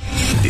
The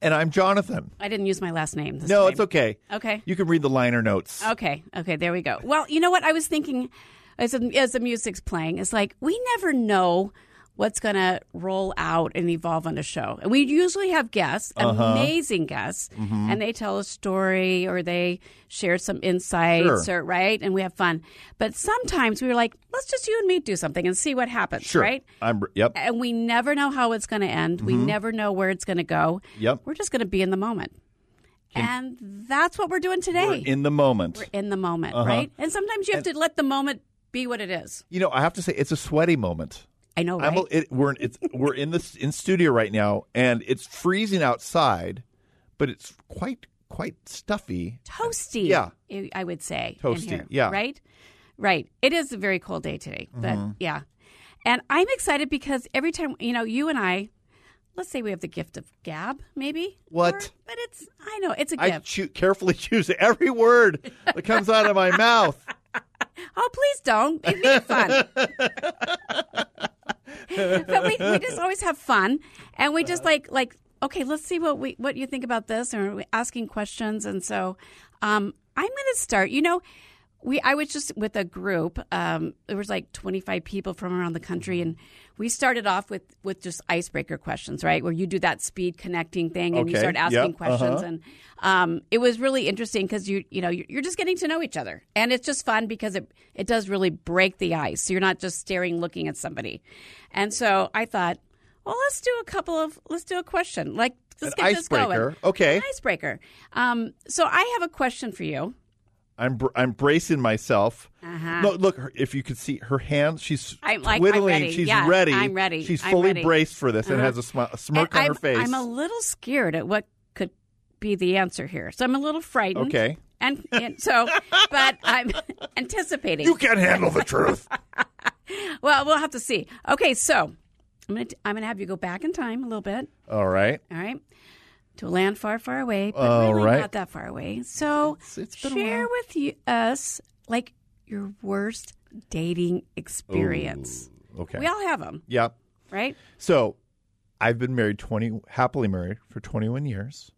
And I'm Jonathan. I didn't use my last name. This No, time. it's okay. Okay. You can read the liner notes. Okay. Okay. There we go. Well, you know what? I was thinking as, as the music's playing, it's like we never know what's going to roll out and evolve on a show. And we usually have guests, Uh-huh. amazing guests, Mm-hmm. and they tell a story or they share some insights Sure. or, right? And we have fun. But sometimes we were like, let's just you and me do something and see what happens, Sure. right? I'm yep. And we never know how it's going to end. We never know where it's going to go. Mm-hmm. Yep. We're just going to be in the moment. and that's what we're doing today. We're in Uh-huh. the moment. in the moment, right? And sometimes you have to let the moment be what it is. You know, I have to say it's a sweaty moment. I know, Oh, right? I'm a, it, we're in- it's we're in this in studio right now and it's freezing outside, but it's quite quite stuffy. Toasty, Yeah. I- I would say. in Toasty, here, yeah. Right? Right. It is a very cold day today, but Mm-hmm. yeah. And I'm excited because every time, you know, you and I, let's say we have the gift of gab, maybe. What? or- but it's, I know, it's a I gift. choo- carefully choose every word that comes out of my mouth. oh, please don't. It made it fun. but we, we just always have fun and we just like like okay let's see what we what you think about this and we're asking questions and so um i'm gonna start you know we i was just with a group um there was like 25 people from around the country and we started off with with just icebreaker questions right where you do that speed connecting thing and you Okay, start yep, asking questions uh-huh. and um it was really interesting because you you know you're you're just getting to know each other and it's just fun because it it does really break the ice So you're not just staring looking at somebody and so i thought well, let's do a couple of let's do a question. Like let's An get this going. icebreaker. Okay. An icebreaker. Um, so I have a question for you. I'm br- I'm bracing myself. Uh-huh. No, look, her, if you could see her hands, she's I'm like- I'm twiddling. ready. She's Yeah, ready. I'm ready. She's I'm fully ready. Uh-huh. braced for this and has a, smi- a smirk And on I'm, her face. I'm a little scared at what could be the answer here. So I'm a little frightened. Okay. And, and so, but I'm anticipating. you can't handle the truth. Well, we'll have to see. Okay, so I'm gonna t- I'm gonna have you go back in time a little bit. All right. All right. To a land far, far away, but All really Oh, right. not that far away. So it's been a share with you, us like your worst dating experience. Okay. We all have them, yeah. right? So, I've been married 20 happily married for 21 years.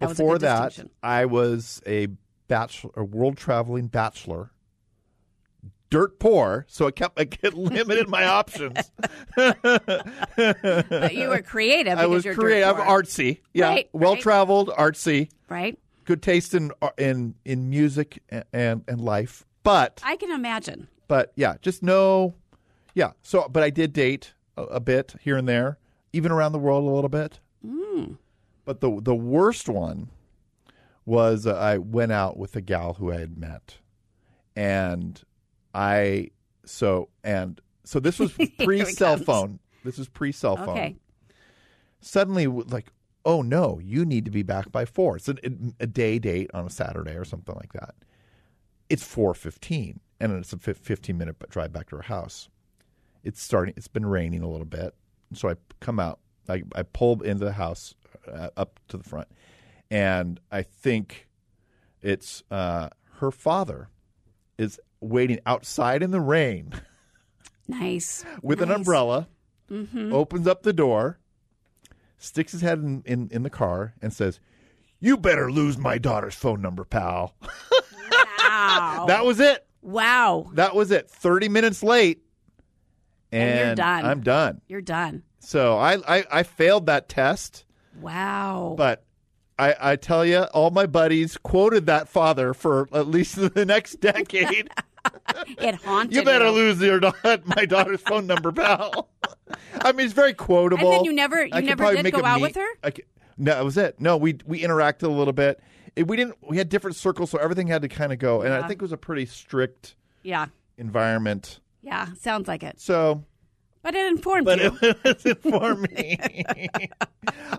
That was a Before good that, distinction. I was a bachelor, a world traveling bachelor. Dirt poor, so it kept it limited my options. But you were creative. I because was you're creative, dirt poor, artsy. Yeah, Right, well traveled, artsy, right? good taste in uh, in in music a- and and life. But I can imagine. but yeah, just no, yeah. So but I did date a, a bit here and there, even around the world a little bit. Mm. But the the worst one was uh, I went out with a gal who I had met, and I so and so this was pre cell comes. phone. This was pre cell phone Okay, suddenly w- like oh no you need to be back by four it's an, a day date on a saturday or something like that it's 4.15 and it's a fif- 15 minute b- drive back to her house it's starting it's been raining a little bit so i come out i, I pull into the house uh, up to the front and i think it's uh, her father is waiting outside in the rain nice. with an Nice. Mm-hmm. umbrella, opens up the door, sticks his head in, in, in the car, and says, You better lose my daughter's phone number, pal. Wow. That was it. wow. That was it. 30 minutes late. And you're done. I'm done. You're done. So I, I, I failed that test, Wow. but I, I tell you, all my buddies quoted that father for at least the next decade. it haunted you better you. lose your da- my daughter's phone number, pal. I mean, it's very quotable. And then you never- you I could never probably did make go a out meet- with her? I could- no, that was it. No, we we interacted a little bit. It, we didn't. We had different circles, so everything had to kind of go. And I think it was a pretty strict Yeah. environment. Yeah. Sounds like it. So But it informed but you. it wasn't for me.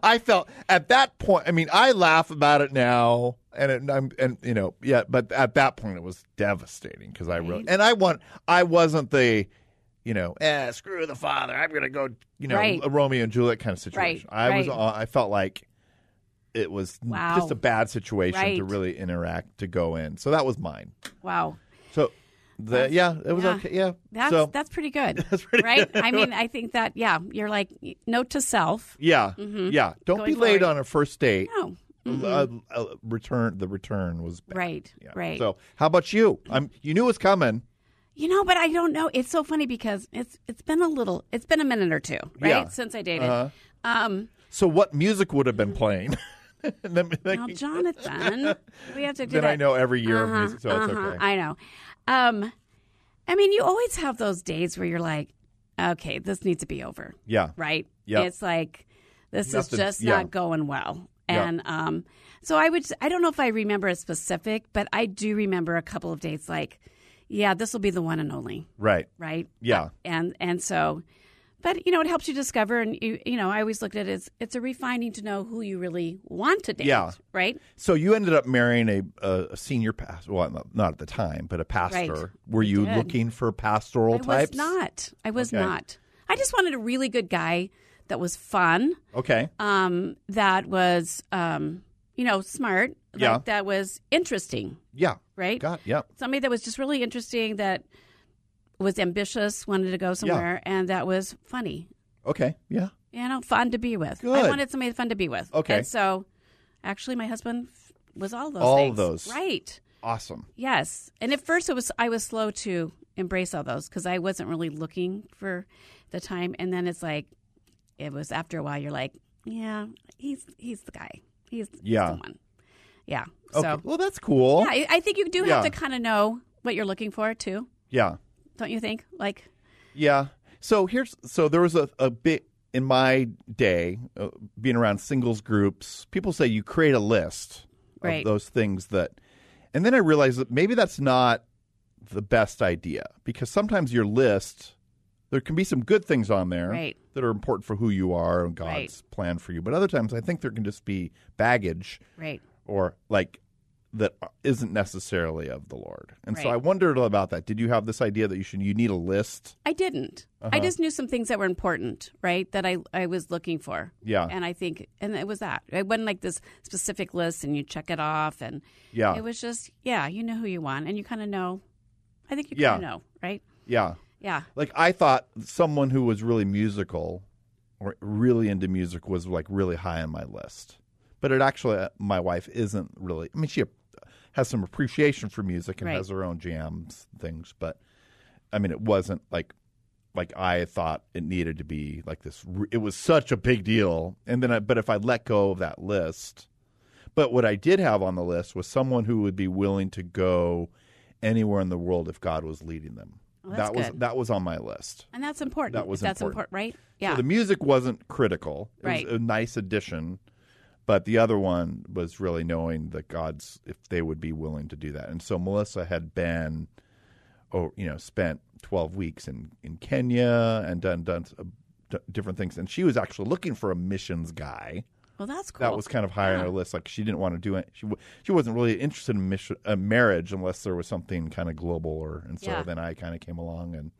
I felt at that point. I mean, I laugh about it now, and it, I'm and you know, yeah. But at that point, it was devastating because I really and I want. I wasn't the, you know, eh, screw the father. I'm gonna go. You know, Right. a Romeo and Juliet kind of situation. Right, I was. right. uh, I felt like. It was n- Wow. just a bad situation to Right. really interact to go in, so that was mine. wow. So, the, yeah, it was yeah. okay. Yeah, That's so that's pretty good. That's pretty right? good. I mean, I think that yeah, you're like note to self. yeah, yeah. Don't Mm-hmm. Going be late forward. on a first date. No. Mm-hmm. uh, uh, return the return was bad. Right. Yeah. Right. So how about you? I'm you knew it was coming. You know, but I don't know. It's so funny because it's it's been a little, it's been a minute or two, right? Yeah. Uh-huh. Since I dated. Um, So what music would have Mm-hmm. been playing? And then now, Jonathan, we have to do Then that. I know every year of Uh-huh, music, so it's uh-huh, okay. I know. Um, I mean, you always have those days where you're like, okay, this needs to be over, yeah. right? Yep. It's like this Nothing- is just yeah. not going well. Yeah. And um, so I would, I don't know if I remember a specific, but I do remember a couple of dates like, yeah, this will be the one and only. Right. right? Uh, Yeah. And and so, but you know, it helps you discover, and you you know, I always looked at it as it's a refining to know who you really want to date. Yeah. Right. So you ended up marrying a, a, a senior pastor. Well, not- not at the time, but a pastor. Right. Were you did. looking for pastoral I was types? not. I was Okay. not. I just wanted a really good guy that was fun. Okay. Um, that was um, you know, smart. like, Yeah. That was interesting. yeah. Right. Got. Yeah. Somebody that was just really interesting. That was ambitious, wanted to go somewhere, and that was funny. Okay. Yeah. you know, fun to be with. Good. I wanted somebody fun to be with. Okay. And so, actually, my husband f- was all those. All things. those. Right. Awesome. Yes. And at first, it was I was slow to embrace all those because I wasn't really looking for the time. And then it's like, it was after a while, you're like, yeah, he's he's the guy. He's Yeah. the one. Yeah. Okay. So well, that's cool. yeah, I, I think you do have to Yeah. kind of know what you're looking for too, yeah. don't you think? Like, Yeah. So here's so there was a, a bit in my day uh, being around singles groups. People say you create a list Right. of those things that, and then I realized that maybe that's not the best idea because sometimes your list there can be some good things on there Right. that are important for who you are and God's Right. plan for you, but other times I think there can just be baggage right. or like that isn't necessarily of the Lord. And so Right. I wondered about that. Did you have this idea that you should you need a list? I didn't. Uh-huh. I just knew some things that were important, right? That I I was looking for. Yeah. And I think, and it was that. It wasn't like this specific list, and you check it off, and Yeah. it was just, yeah, you know who you want, and you kind of know. I think you Yeah. kind of know, right? Yeah. Yeah. Like I thought someone who was really musical or really into music was like really high on my list. But it actually uh, my wife isn't really. I mean she has some appreciation for music and Right. has her own jams and things, but I mean it wasn't like like I thought it needed to be like this re- it was such a big deal. And then I, but if I let go of that list, but what I did have on the list was someone who would be willing to go anywhere in the world if God was leading them. Well, that's that was good. that was on my list. And that's important. That was That's important. important, right? Yeah. So the music wasn't critical. It Right. was a nice addition. But the other one was really knowing that God's if they would be willing to do that. And so Melissa had been or you know, spent 12 weeks in in Kenya and done done uh, d- different things and she was actually looking for a missions guy well, that's cool. that was kind of high on her list. Like she didn't want to do it. She w- she wasn't really interested in mission, uh, marriage unless there was something kind of global or. And so Yeah. then I kind of came along and,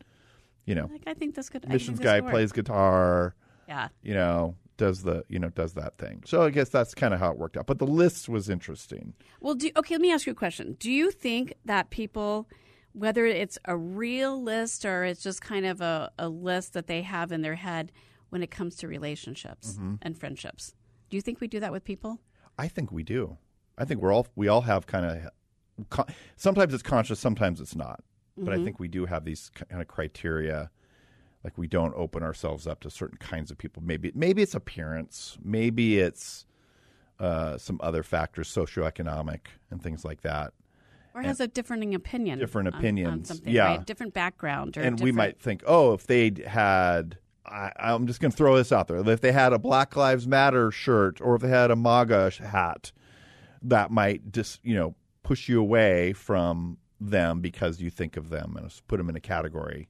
you know, like I think this could. I think missions this guy could work. plays guitar. Yeah. You know, does the you know does that thing. So I guess that's kind of how it worked out. But the list was interesting. Well, do okay. Let me ask you a question. Do you think that people, whether it's a real list or it's just kind of a, a list that they have in their head when it comes to relationships Mm-hmm. and friendships, do you think we do that with people? I think we do. I think we're all we all have kind of. Con- sometimes it's conscious, sometimes it's not. But I think we do have these kind of criteria. like we don't open ourselves up to certain kinds of people. Maybe maybe it's appearance, maybe it's uh, some other factors, socioeconomic and things like that. or has a differing opinion, Different on- on opinions, something, yeah. right? different background, or and we different- might think, oh, if they had, I, I'm just going to throw this out there. If they had a Black Lives Matter shirt or if they had a MAGA sh- hat, that might just, you know, push you away from them because you think of them and put them in a category.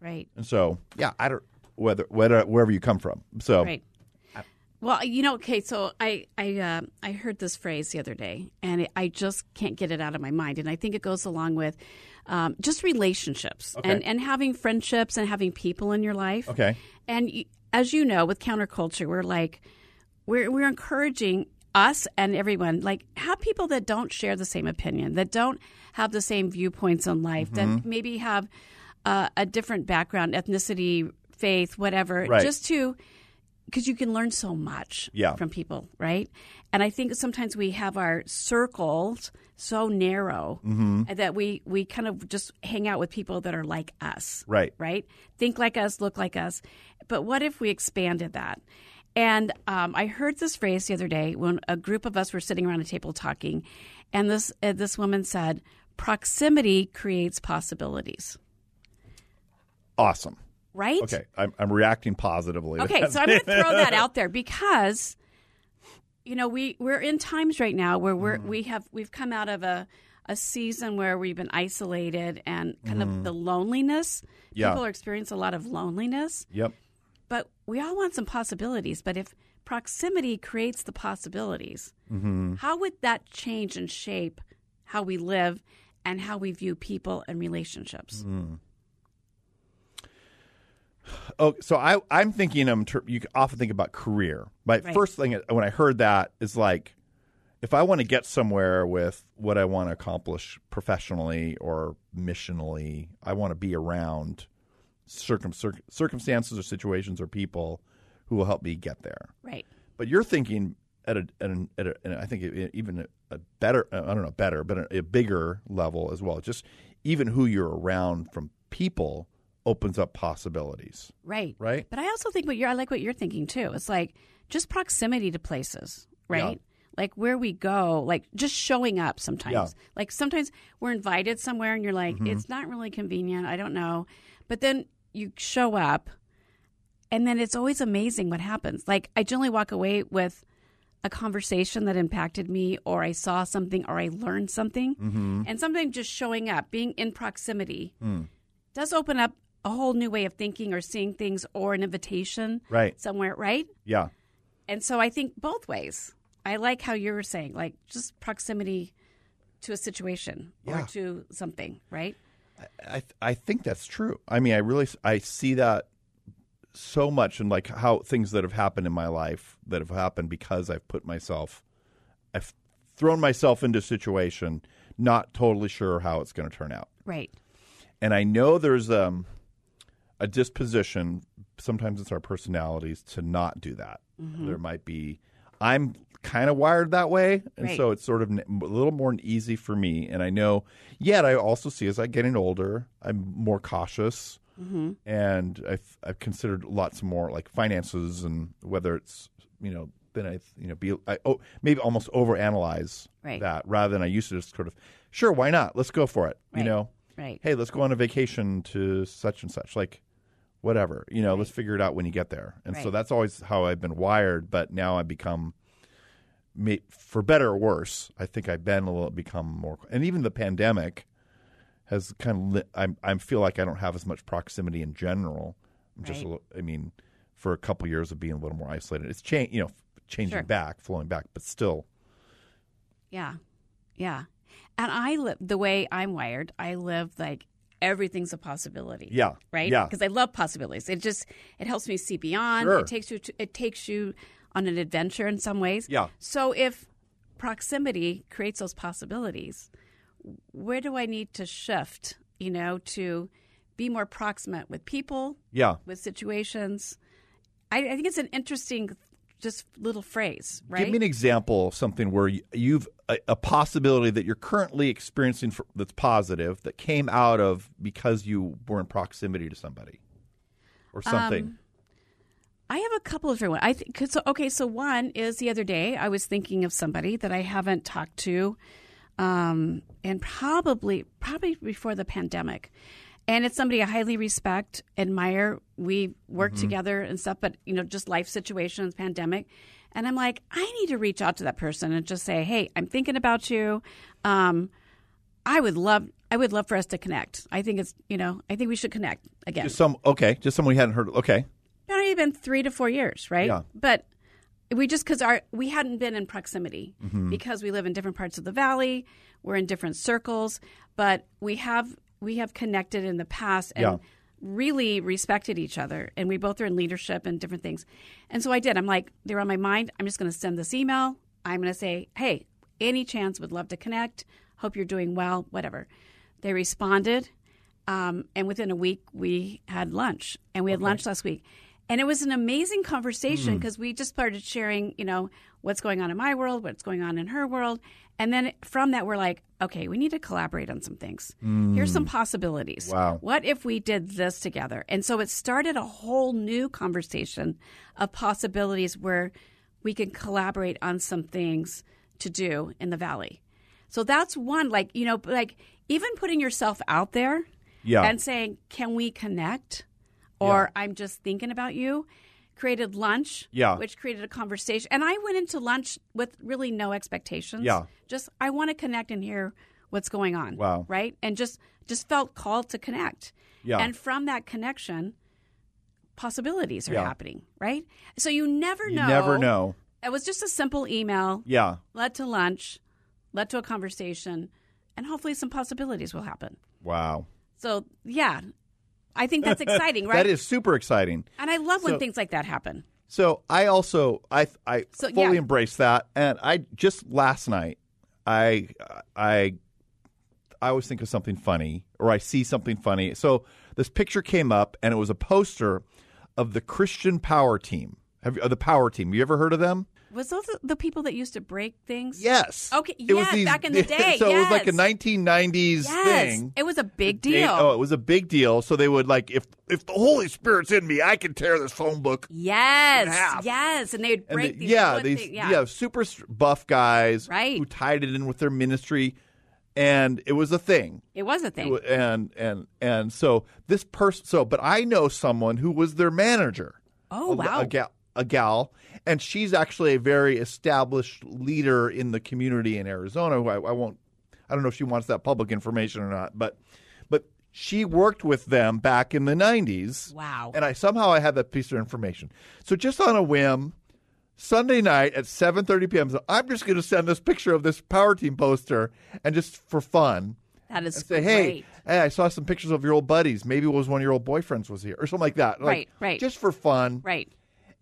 right, And so, yeah, I don't, whether, whether wherever you come from. So, right. Well, you know, okay, so I I uh, I heard this phrase the other day, and it, I just can't get it out of my mind, and I think it goes along with um, just relationships and and having friendships and having people in your life. okay. And y- as you know, with counterculture, we're like, we're, we're encouraging us and everyone, like, have people that don't share the same opinion, that don't have the same viewpoints on life, that Mm-hmm. maybe have uh, a different background, ethnicity, faith, whatever, Right. just to, because you can learn so much Yeah. from people, right? And I think sometimes we have our circles so narrow Mm-hmm. that we, we kind of just hang out with people that are like us Right. right? Think like us, look like us. But what if we expanded that? And um, I heard this phrase the other day when a group of us were sitting around a table talking, and this uh, this woman said, "Proximity creates possibilities." Awesome. Right? Okay. I'm, I'm reacting positively. to Okay, that. so I'm going to throw that out there because you know we we're in times right now where we're Mm. we have we've come out of a a season where we've been isolated and kind of the loneliness. Mm-hmm. Yeah. People are experiencing a lot of loneliness. Yep. But we all want some possibilities. But if proximity creates the possibilities, how would that change and shape how we live and how we view people and relationships? Oh, so I I'm thinking I'm ter- you often think about career. My Right. first thing when I heard that is like, if I want to get somewhere with what I want to accomplish professionally or missionally, I want to be around circum- cir- circumstances or situations or people who will help me get there. Right. But you're thinking at a, at, an, at a and I think e- even a, a better uh, I don't know better, but a, a bigger level as well. Just even who you're around from people opens up possibilities. Right. Right. But I also think what you're I like what you're thinking too. It's like just proximity to places, right? Like where we go, like just showing up sometimes. Yeah. Mm-hmm. Like sometimes we're invited somewhere and you're like, it's not really convenient. I don't know. But then you show up and then it's always amazing what happens. Like I generally walk away with a conversation that impacted me or I saw something or I learned something. Mm-hmm. And sometimes just showing up, being in proximity Mm. does open up a whole new way of thinking or seeing things or an invitation Right. somewhere, right? Yeah. And so I think both ways. I like how you were saying, like just proximity to a situation or Yeah. to something, right? I th- I think that's true. I mean, I really s- I see that so much in like how things that have happened in my life that have happened because I've put myself I've thrown myself into a situation not totally sure how it's going to turn out. Right. And I know there's um a disposition sometimes it's our personalities to not do that. Mm-hmm. There might be I'm kind of wired that way and Right. so it's sort of n- a little more easy for me and I know yet I also see as I'm getting older I'm more cautious Mm-hmm. and I've, I've considered lots more like finances and whether it's you know then I you know be I oh, maybe almost overanalyze Right. that rather than I used to just sort of sure why not let's go for it Right. you know Right. hey, let's go on a vacation to such and such, like whatever, you know, let's figure it out when you get there. And so Right. that's always how I've been wired, but now I've become, ma- for better or worse, I think I've been a little, become more, and even the pandemic has kind of, lit, I'm, I feel like I don't have as much proximity in general. I'm just, a Right. little, I mean, for a couple years of being a little more isolated, it's changed, you know, changing Sure. back, flowing back, but still, Yeah. Yeah. And I live the way I'm wired, I live like everything's a possibility. Yeah. Right? Yeah. Because I love possibilities. It just it helps me see beyond. Sure. It takes you to, it takes you on an adventure in some ways. Yeah. So if proximity creates those possibilities, where do I need to shift, you know, to be more proximate with people, yeah. with situations? I, I think it's an interesting just little phrase, right? Give me an example of something where you- you've a, a possibility that you're currently experiencing for, that's positive that came out of because you were in proximity to somebody. or Um, something. I have a couple of different ones. I think 'cause- so. Okay, so one is the other day I was thinking of somebody that I haven't talked to, um, and probably probably before the pandemic, and it's somebody I highly respect, admire. We work together and stuff, but you know, just life situations, pandemic, and I'm like, I need to reach out to that person and just say, hey, I'm thinking about you. Um, I would love. I would love for us to connect. I think it's, you know, I think we should connect again. just some okay, just someone we hadn't heard. of. Okay, Not even three to four years, right? Yeah. But we just because our we hadn't been in proximity Mm-hmm. because we live in different parts of the valley, we're in different circles, but we have we have connected in the past and Yeah. really respected each other, and we both are in leadership and different things. And so I did. I'm like they're on my mind. I'm just going to send this email. I'm going to say, hey, any chance would love to connect. Hope you're doing well. Whatever. They responded. Um, and within a week, we had lunch, and we had lunch last week, and it was an amazing conversation because we just started sharing, you know, what's going on in my world, what's going on in her world, and then from that, we're like, okay, we need to collaborate on some things. Here's some possibilities. Wow. What if we did this together? And so it started a whole new conversation of possibilities where we can collaborate on some things to do in the valley. So that's one, like you know, like even putting yourself out there Yeah. and saying, "Can we connect?" Or I'm just thinking about you. Created lunch, Yeah. which created a conversation, and I went into lunch with really no expectations. Yeah. just I want to connect and hear what's going on. Wow. right? And just just felt called to connect. Yeah. and from that connection, possibilities are Yeah. happening. Right, so you never you know. never know. It was just a simple email Yeah, led to lunch, led to a conversation, and hopefully some possibilities will happen. wow, So yeah, I think that's exciting, right? that is super exciting. and I love when so- things like that happen. So I also I I So, fully yeah. embrace that, and I just last night I I I always think of something funny or I see something funny. So this picture came up, and it was a poster of the Christian Power Team. Have you, of the Power Team? You ever heard of them? Was those the- the people that used to break things? Yes. Okay, It was yes, these- back in the day, so it was like yes. a 1990s Yes, thing. it was a big They- deal. oh, it was a big deal. So they would like if if the Holy Spirit's in me, I can tear this phone book in yes, half. yes, and they would break the- these. yeah, wood these thing- yeah. yeah. super s- buff guys Right. who tied it in with their ministry, and it was a thing. It was a It thing. wa- And and and so this person, so but I know someone who was their manager. Oh, A- wow. a gal, a gal, and she's actually a very established leader in the community in Arizona. Who I, I won't, I don't know if she wants that public information or not, but but she worked with them back in the nineties. Wow. And I somehow I had that piece of information. So just on a whim, Sunday night at 7:30 p.m. So I'm just going to send this picture of this power team poster and just for fun that is say, great. hey, hey, I saw some pictures of your old buddies. Maybe it was one of your old boyfriends was here or something like that. Like, Right, right. Just for fun. right.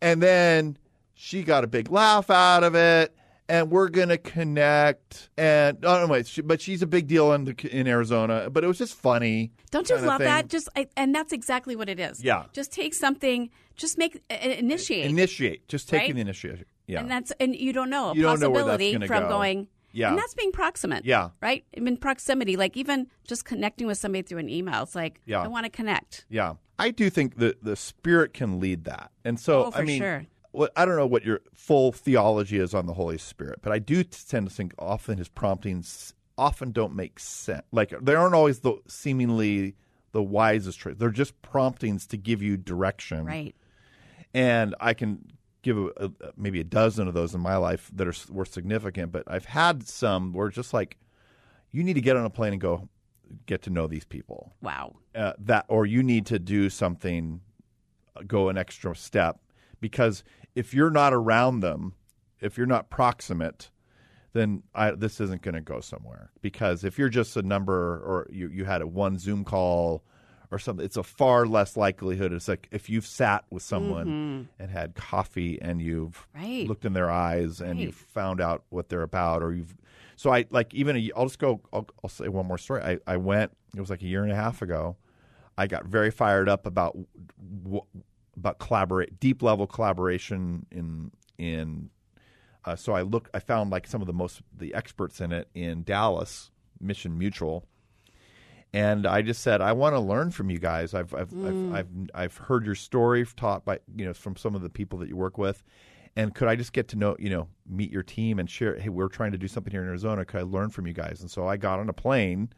And then she got a big laugh out of it. And we're gonna connect. And oh, no, wait, she, but she's a big deal in the, in Arizona. But it was just funny. Don't you kinda love thing. that? Just I, and that's exactly what it is. Yeah. Just take something. Just make uh, initiate. initiate? Just taking Right? the initiative. Yeah. And that's and you don't know a You don't know where that's possibility gonna from go. going. Yeah. And that's being proximate. Yeah. Right? I mean proximity, like even just connecting with somebody through an email. It's like Yeah. I want to connect. Yeah, I do think the the spirit can lead that, and so Oh, I for mean, sure. what I don't know what your full theology is on the Holy Spirit, but I do t- tend to think often his promptings often don't make sense. Like they aren't always the seemingly the wisest choice. They're just promptings to give you direction, Right. and I can give a, a, maybe a dozen of those in my life that are s- were significant, but I've had some where just like you need to get on a plane and go get to know these people Wow. uh, that or you need to do something uh, go an extra step because if you're not around them if you're not proximate then I, this isn't going to go somewhere because if you're just a number or you, you had a one zoom call or something it's a far less likelihood it's like if you've sat with someone and had coffee and you've Right. looked in their eyes and you've found out what they're about or you've so i like even a, i'll just go I'll, I'll say one more story I, I went it was like a year and a half ago I got very fired up about w- about collaborate deep level collaboration in in uh, so I look I found like some of the most the experts in it in Dallas Mission Mutual And I just said, I want to learn from you guys. I've I've, I've I've I've heard your story taught by you know from some of the people that you work with, and could I just get to know you know meet your team and share? Hey, we're trying to do something here in Arizona. Could I learn from you guys? And so I got on a plane,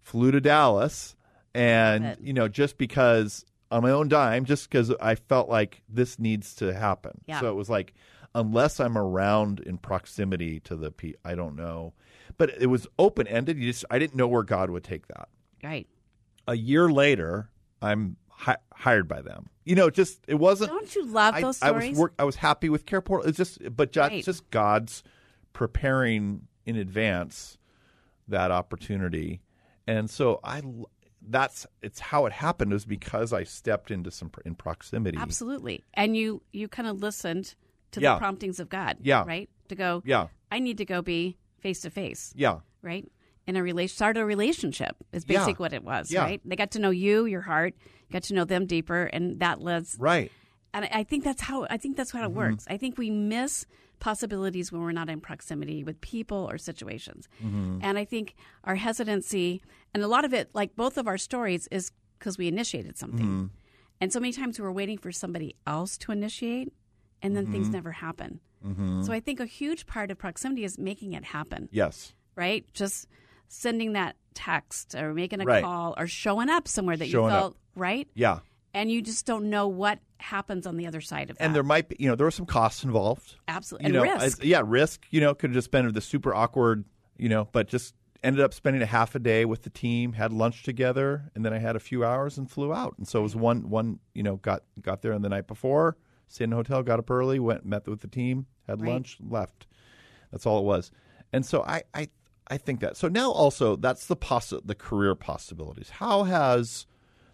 flew to Dallas, and you know just because on my own dime, just because I felt like this needs to happen. Yeah. So it was like unless I'm around in proximity to the pe- I don't know, but it was open ended. You just I didn't know where God would take that Right. a year later, I'm hi- hired by them. You know, just it wasn't. Don't you love I, those I was stories? work. I was happy with Care Portal. It's just, but just, Right. just God's preparing in advance that opportunity, and so I. l- That's it's how it happened is because I stepped into some pr- in proximity. Absolutely. And you you kind of listened to Yeah. the promptings of God. Yeah. Right? To go, Yeah. I need to go be face to face. Yeah. Right? In a relation start a relationship is Yeah. basically what it was, Yeah. right? They got to know you, your heart, got to know them deeper, and that leads Right. and I- I think that's how I think that's how it Mm-hmm. works. I think we miss possibilities when we're not in proximity with people or situations, Mm-hmm. and I think our hesitancy and a lot of it, like both of our stories, is because we initiated something, Mm-hmm. and so many times we're waiting for somebody else to initiate, and then things Mm-hmm. never happen. So I think a huge part of proximity is making it happen, Yes. right? Just sending that text or making a Right. call or showing up somewhere that Showing you up. felt right Yeah. and you just don't know what happens on the other side of that. And there might be, you know, there were some costs involved. absolutely you and know, risk. I- yeah, risk. You know, could have just been the super awkward. You know, but just ended up spending a half a day with the team, had lunch together, and then I had a few hours and flew out. And so it was one one. You know, got got there on the night before, stayed in a hotel, got up early, went met with the team, had Right. lunch, left. That's all it was. And so I I I think that. So now also that's the possi- the career possibilities. How has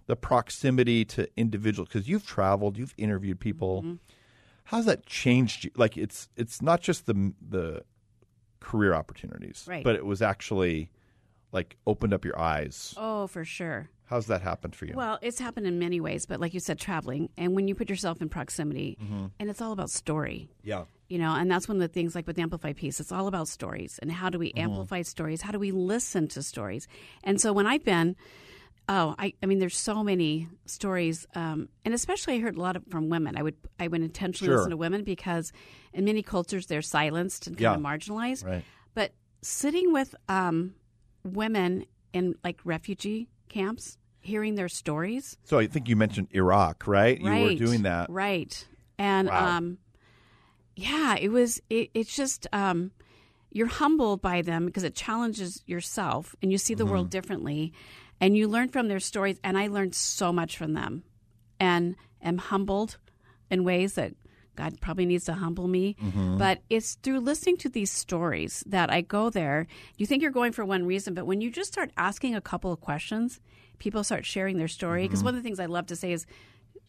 the proximity to individual because you've traveled, you've interviewed people. Mm-hmm. How's that changed you? Like it's it's not just the the career opportunities, Right. but it was actually like opened up your eyes. oh, for sure. How's that happened for you? Well, it's happened in many ways, but like you said, traveling and when you put yourself in proximity, Mm-hmm. and it's all about story. yeah, You know, and that's one of the things like with the Amplify piece, it's all about stories and how do we Mm-hmm. amplify stories? How do we listen to stories? And so when I've been, oh, I, I mean, there's so many stories, um, and especially I heard a lot of, from women. I would I would intentionally Sure. listen to women because in many cultures they're silenced and kind of Yeah. marginalized. right. But sitting with um, women in like refugee camps, hearing their stories, So I think you mentioned Iraq, right? You were Right. doing that. right? And Wow. um, yeah, it was. It, it's just um, you're humbled by them because it challenges yourself, and you see the Mm-hmm. world differently, and you learn from their stories. And I learned so much from them, and am humbled in ways that God probably needs to humble me. Mm-hmm. But it's through listening to these stories that I go there. You think you're going for one reason, but when you just start asking a couple of questions, people start sharing their story. Mm-hmm. Because one of the things I love to say is,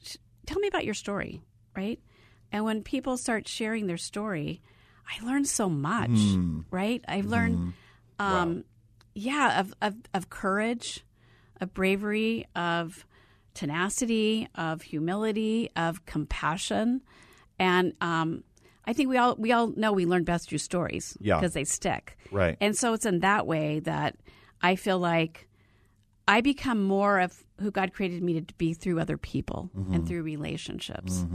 "Sh- tell me about your story, right? And when people start sharing their story, I learn so much, right? I've learned, um, yeah, of, of, of courage, of bravery, of tenacity, of humility, of compassion, and um, I think we all we all know we learn best through stories Yeah. because they stick, Right. And so it's in that way that I feel like I become more of who God created me to be through other people Mm-hmm. and through relationships,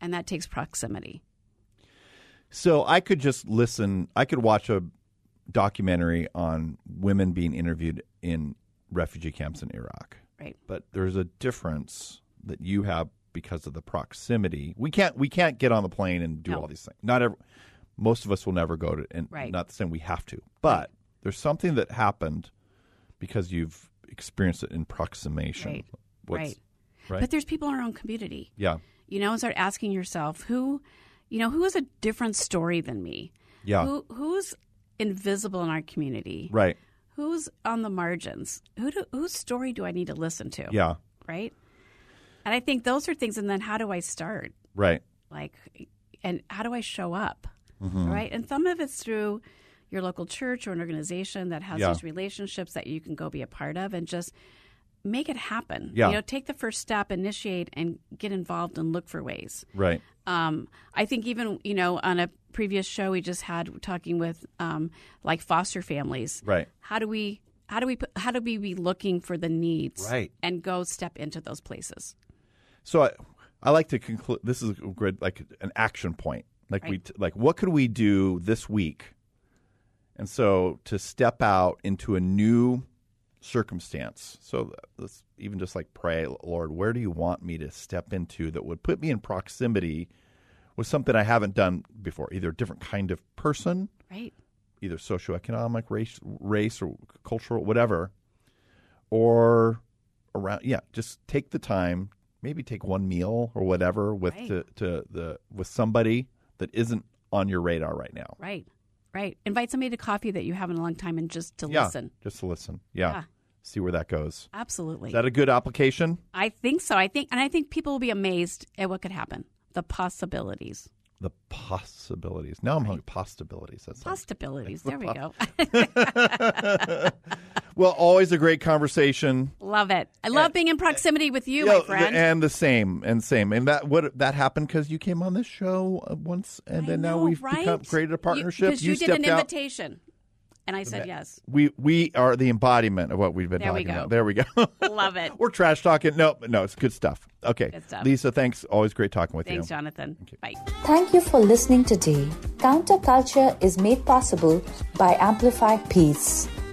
and that takes proximity. So I could just listen. I could watch a documentary on women being interviewed in refugee camps in Iraq. Right. But there's a difference that you have because of the proximity. We can't we can't get on the plane and do No. all these things. Not every, most of us will never go to and Right. not saying we have to. But there's something that happened because you've experienced it in proximation. Right. What's- right. right? But there's people in our own community. Yeah. you know, and start asking yourself who, you know, who is a different story than me? Yeah. Who who's invisible in our community? Right. Who's on the margins? Who do, whose story do I need to listen to? Yeah. Right. And I think those are things. And then how do I start? Right. Like, and how do I show up? Mm-hmm. Right. And some of it's through your local church or an organization that has Yeah. these relationships that you can go be a part of and just make it happen. Yeah. You know, take the first step, initiate, and get involved and look for ways. Right. Um, I think even you know on a previous show we just had talking with um, like foster families. Right. How do we how do we put, how do we be looking for the needs Right. and go step into those places? So I, I like to conclude. This is a good, like an action point. Like we, t- like what could we do this week? And so to step out into a new circumstance. So let's even just like pray, Lord, where do you want me to step into that would put me in proximity with something I haven't done before, either a different kind of person, Right. either socioeconomic, race, race or cultural, whatever, or around. Yeah, just take the time. Maybe take one meal or whatever with Right. to, to the with somebody that isn't on your radar right now. Right. Right. Invite somebody to coffee that you haven't in a long time and just to yeah, listen. just to listen. Yeah. Yeah. see where that goes. Absolutely. Is that a good application? I think so. I think and I think people will be amazed at what could happen. The possibilities. The possibilities. Now I'm hungry. Possibilities. That's Possibilities. There we go. well. Always a great conversation. love it. I love being in proximity with you, Yeah, my friend. Eh, and the same, and same, and that what that happened because you came on this show uh, once, and I then now know, we've right? become, created a partnership. Because you, did stepped an out. invitation. And I said yes. We we are the embodiment of what we've been There we talking go. about. There we go. Love it. We're trash talking. No, no, it's good stuff. Okay, Good stuff. Lisa, thanks. Always great talking with Thanks, you. Jonathan. Bye. Thank you for listening today. Counterculture is made possible by Amplify Peace,